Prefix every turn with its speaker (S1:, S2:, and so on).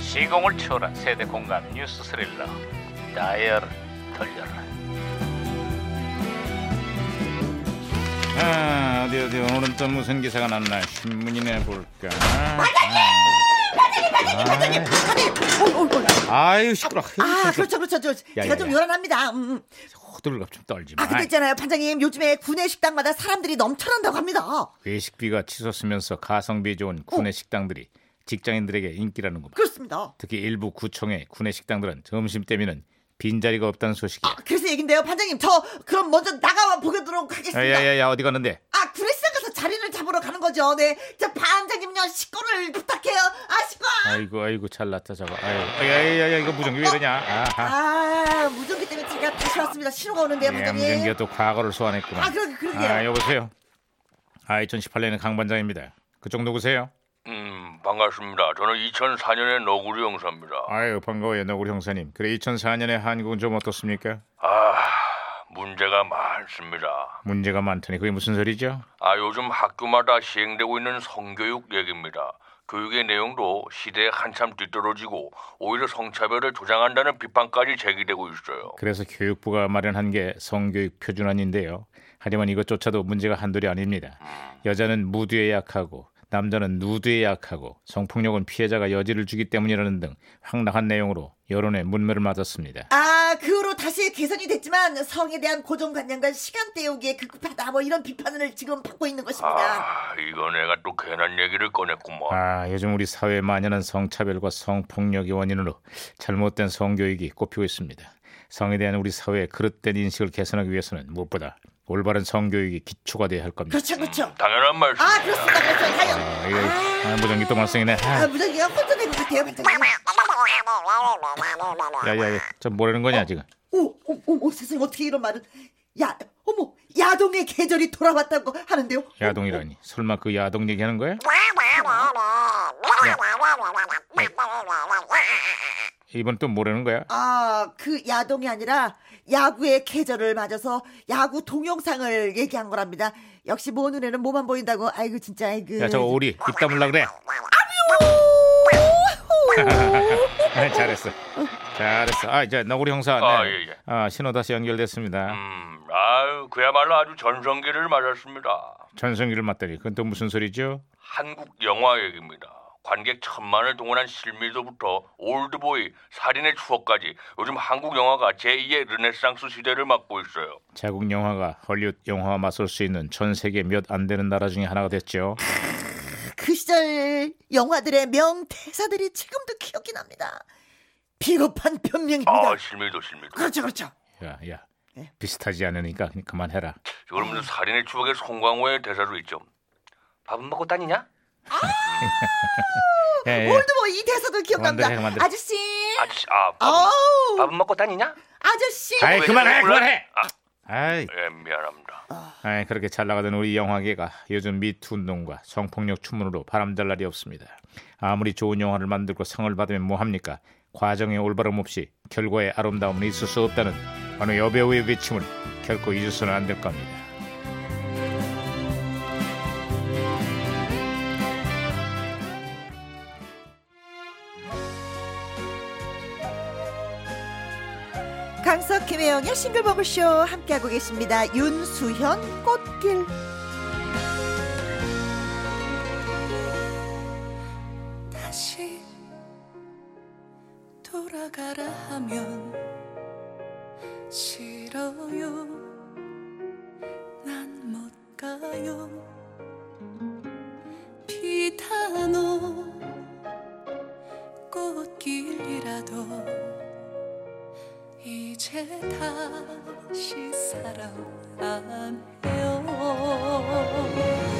S1: 시공을 초월한 세대 공감 뉴스 스릴러 다이얼 돌려라 아 어디 어디 오늘은 또 무슨 기사가 났나 신문이나 볼까 반장님 아유 시끄러
S2: 아, 그렇죠, 그렇죠. 저,
S1: 음, 야,
S2: 제가
S1: 야,
S2: 좀
S1: 야.
S2: 요란합니다. 음.
S1: 호들갑 좀 떨지 마
S2: 아, 근데 있잖아요, 판장님. 요즘에 구내 식당마다 사람들이 넘쳐난다고 합니다.
S1: 외식비가 치솟으면서 가성비 좋은 구내 식당들이 직장인들에게 인기라는구만
S2: 그렇습니다.
S1: 특히 일부 구청의 구내 식당들은 점심 때면은 빈자리가 없다는 소식이야
S2: 아, 그래서 얘긴데요, 판장님. 저 그럼 먼저 나가 보도록 하겠습니다.
S1: 야야야 어디 갔는데
S2: 아, 구내 식당 가서 자리를 잡으러 가는 거죠. 네, 저 판장님요, 식권을 부탁해요. 아, 식권.
S1: 아이고 아이고 잘났다 저거 아유 야야야 이거 무전기 왜 이러냐 아하
S2: 아, 무전기 때문에 제가 다시 왔습니다. 신호가 오는데요,
S1: 예, 무전기가
S2: 판장님.
S1: 또 과거를 소환했구나
S2: 아, 그러게, 그러게요.
S1: 아, 여보세요 아 2018년의 강반장입니다 그쪽 누구세요
S3: 음, 반갑습니다. 저는 2004년의 너구리 형사입니다.
S1: 아유 반가워요 너구리 형사님 그래 2004년에 한국은 좀 어떻습니까
S3: 아, 문제가 많습니다.
S1: 문제가 많더니 그게 무슨 소리죠
S3: 아, 요즘 학교마다 시행되고 있는 성교육 얘기입니다. 교육의 내용도 시대에 한참 뒤떨어지고 오히려 성차별을 조장한다는 비판까지 제기되고 있어요.
S1: 그래서 교육부가 마련한 게 성교육 표준안인데요. 하지만 이것조차도 문제가 한둘이 아닙니다. 여자는 무드에 약하고 남자는 누드에 약하고 성폭력은 피해자가 여지를 주기 때문이라는 등 황당한 내용으로 여론의 문매를 맞았습니다.
S2: 아, 그 후로 다시 개선이 됐지만 성에 대한 고정관념과 시간 때우기에 급급하다 뭐 이런 비판을 지금 받고 있는 것입니다.
S3: 아, 이거 내가 또 괜한 얘기를 꺼냈구만.
S1: 아, 요즘 우리 사회에 만연한 성차별과 성폭력의 원인으로 잘못된 성교육이 꼽히고 있습니다. 성에 대한 우리 사회의 그릇된 인식을 개선하기 위해서는 무엇보다 올바른 성교육이 기초가 돼야 할 겁니다.
S2: 그렇죠, 그렇죠.
S3: 당연한 말씀입니다.
S2: 아, 그렇습니다, 그렇죠.
S1: 아,
S2: 가요.
S1: 이거, 아, 무전기 또 말썽이네. 아.
S2: 아, 무전기가 혼선된 것 같아요, 반장님.
S1: 야야야, 저 뭐라는 거냐 지금?
S2: 오, 오, 오, 오, 세상에 어떻게 이런 말은? 야, 어머, 야동의 계절이 돌아왔다고 하는데요.
S3: 어?
S1: 야동이라니. 설마 그 야동 얘기하는 거야? 이번 또 뭐라는 거야?
S2: 아, 그 야동이 아니라 야구의 계절을 맞아서 야구 동영상을 얘기한 거랍니다. 역시 모 눈에는 뭐만 보인다고. 아이고 진짜 아이고.
S1: 야, 저
S3: 네.
S1: 오리 입 다물라 그래. 잘했어. 잘했어. 아, 이제 너구리 형사.
S3: 아, 예, 예.
S1: 아, 신호 다시 연결됐습니다.
S3: 음, 아유, 그야말로 아주 전성기를 맞았습니다.
S1: 전성기를 맞다니. 그건 또 무슨 소리죠?
S3: 한국 영화 얘기입니다. 관객 천만을 동원한 실미도부터 올드보이, 살인의 추억까지 요즘 한국 영화가 제2의 르네상스 시대를 맞고 있어요.
S1: 자국 영화가 헐리우드 영화와 맞설 수 있는 전 세계 몇 안 되는 나라 중에 하나가 됐죠.
S2: 그 시절 영화들의 명대사들이 지금도 기억이 납니다. 비겁한 변명입니다.
S3: 아, 실미도 실미도.
S2: 그렇죠, 그렇죠.
S1: 야, 야.
S2: 네.
S3: 예.
S1: 비슷하지 않으니까 그냥 그만해라.
S2: 음.
S3: 여러분들 살인의 추억의 송강호의 대사도 있죠. 밥은 먹고 다니냐?
S1: 예, 예.
S2: 오늘도 뭐 이 대사도 기억납니다.
S1: 그만들 해, 그만들 해.
S2: 아저씨,
S3: 아저씨, 아, 밥은,
S2: 아우,
S3: 밥은 먹고 다니냐?
S2: 아저씨.
S1: 아이,
S3: 왜
S1: 그만해,
S3: 몰라?
S1: 그만해.
S3: 아,
S1: 아이,
S3: 예, 미안합니다.
S1: 아이, 그렇게 잘 나가던 우리 영화계가 요즘 미투 운동과 성폭력 추문으로 바람잘 날이 없습니다. 아무리 좋은 영화를 만들고 상을 받으면 뭐합니까? 과정의 올바름 없이 결과의 아름다움은 있을 수 없다는 어느 여배우의 외침을 결코 잊어서는 안 될 겁니다.
S2: 강석 김혜영의 싱글버블쇼 함께하고 계십니다. 윤수현 꽃길.
S4: 다시 돌아가라 하면 싫어요 난 못 가요 비단호 꽃길이라도 이제 다시 사랑 안 해요 그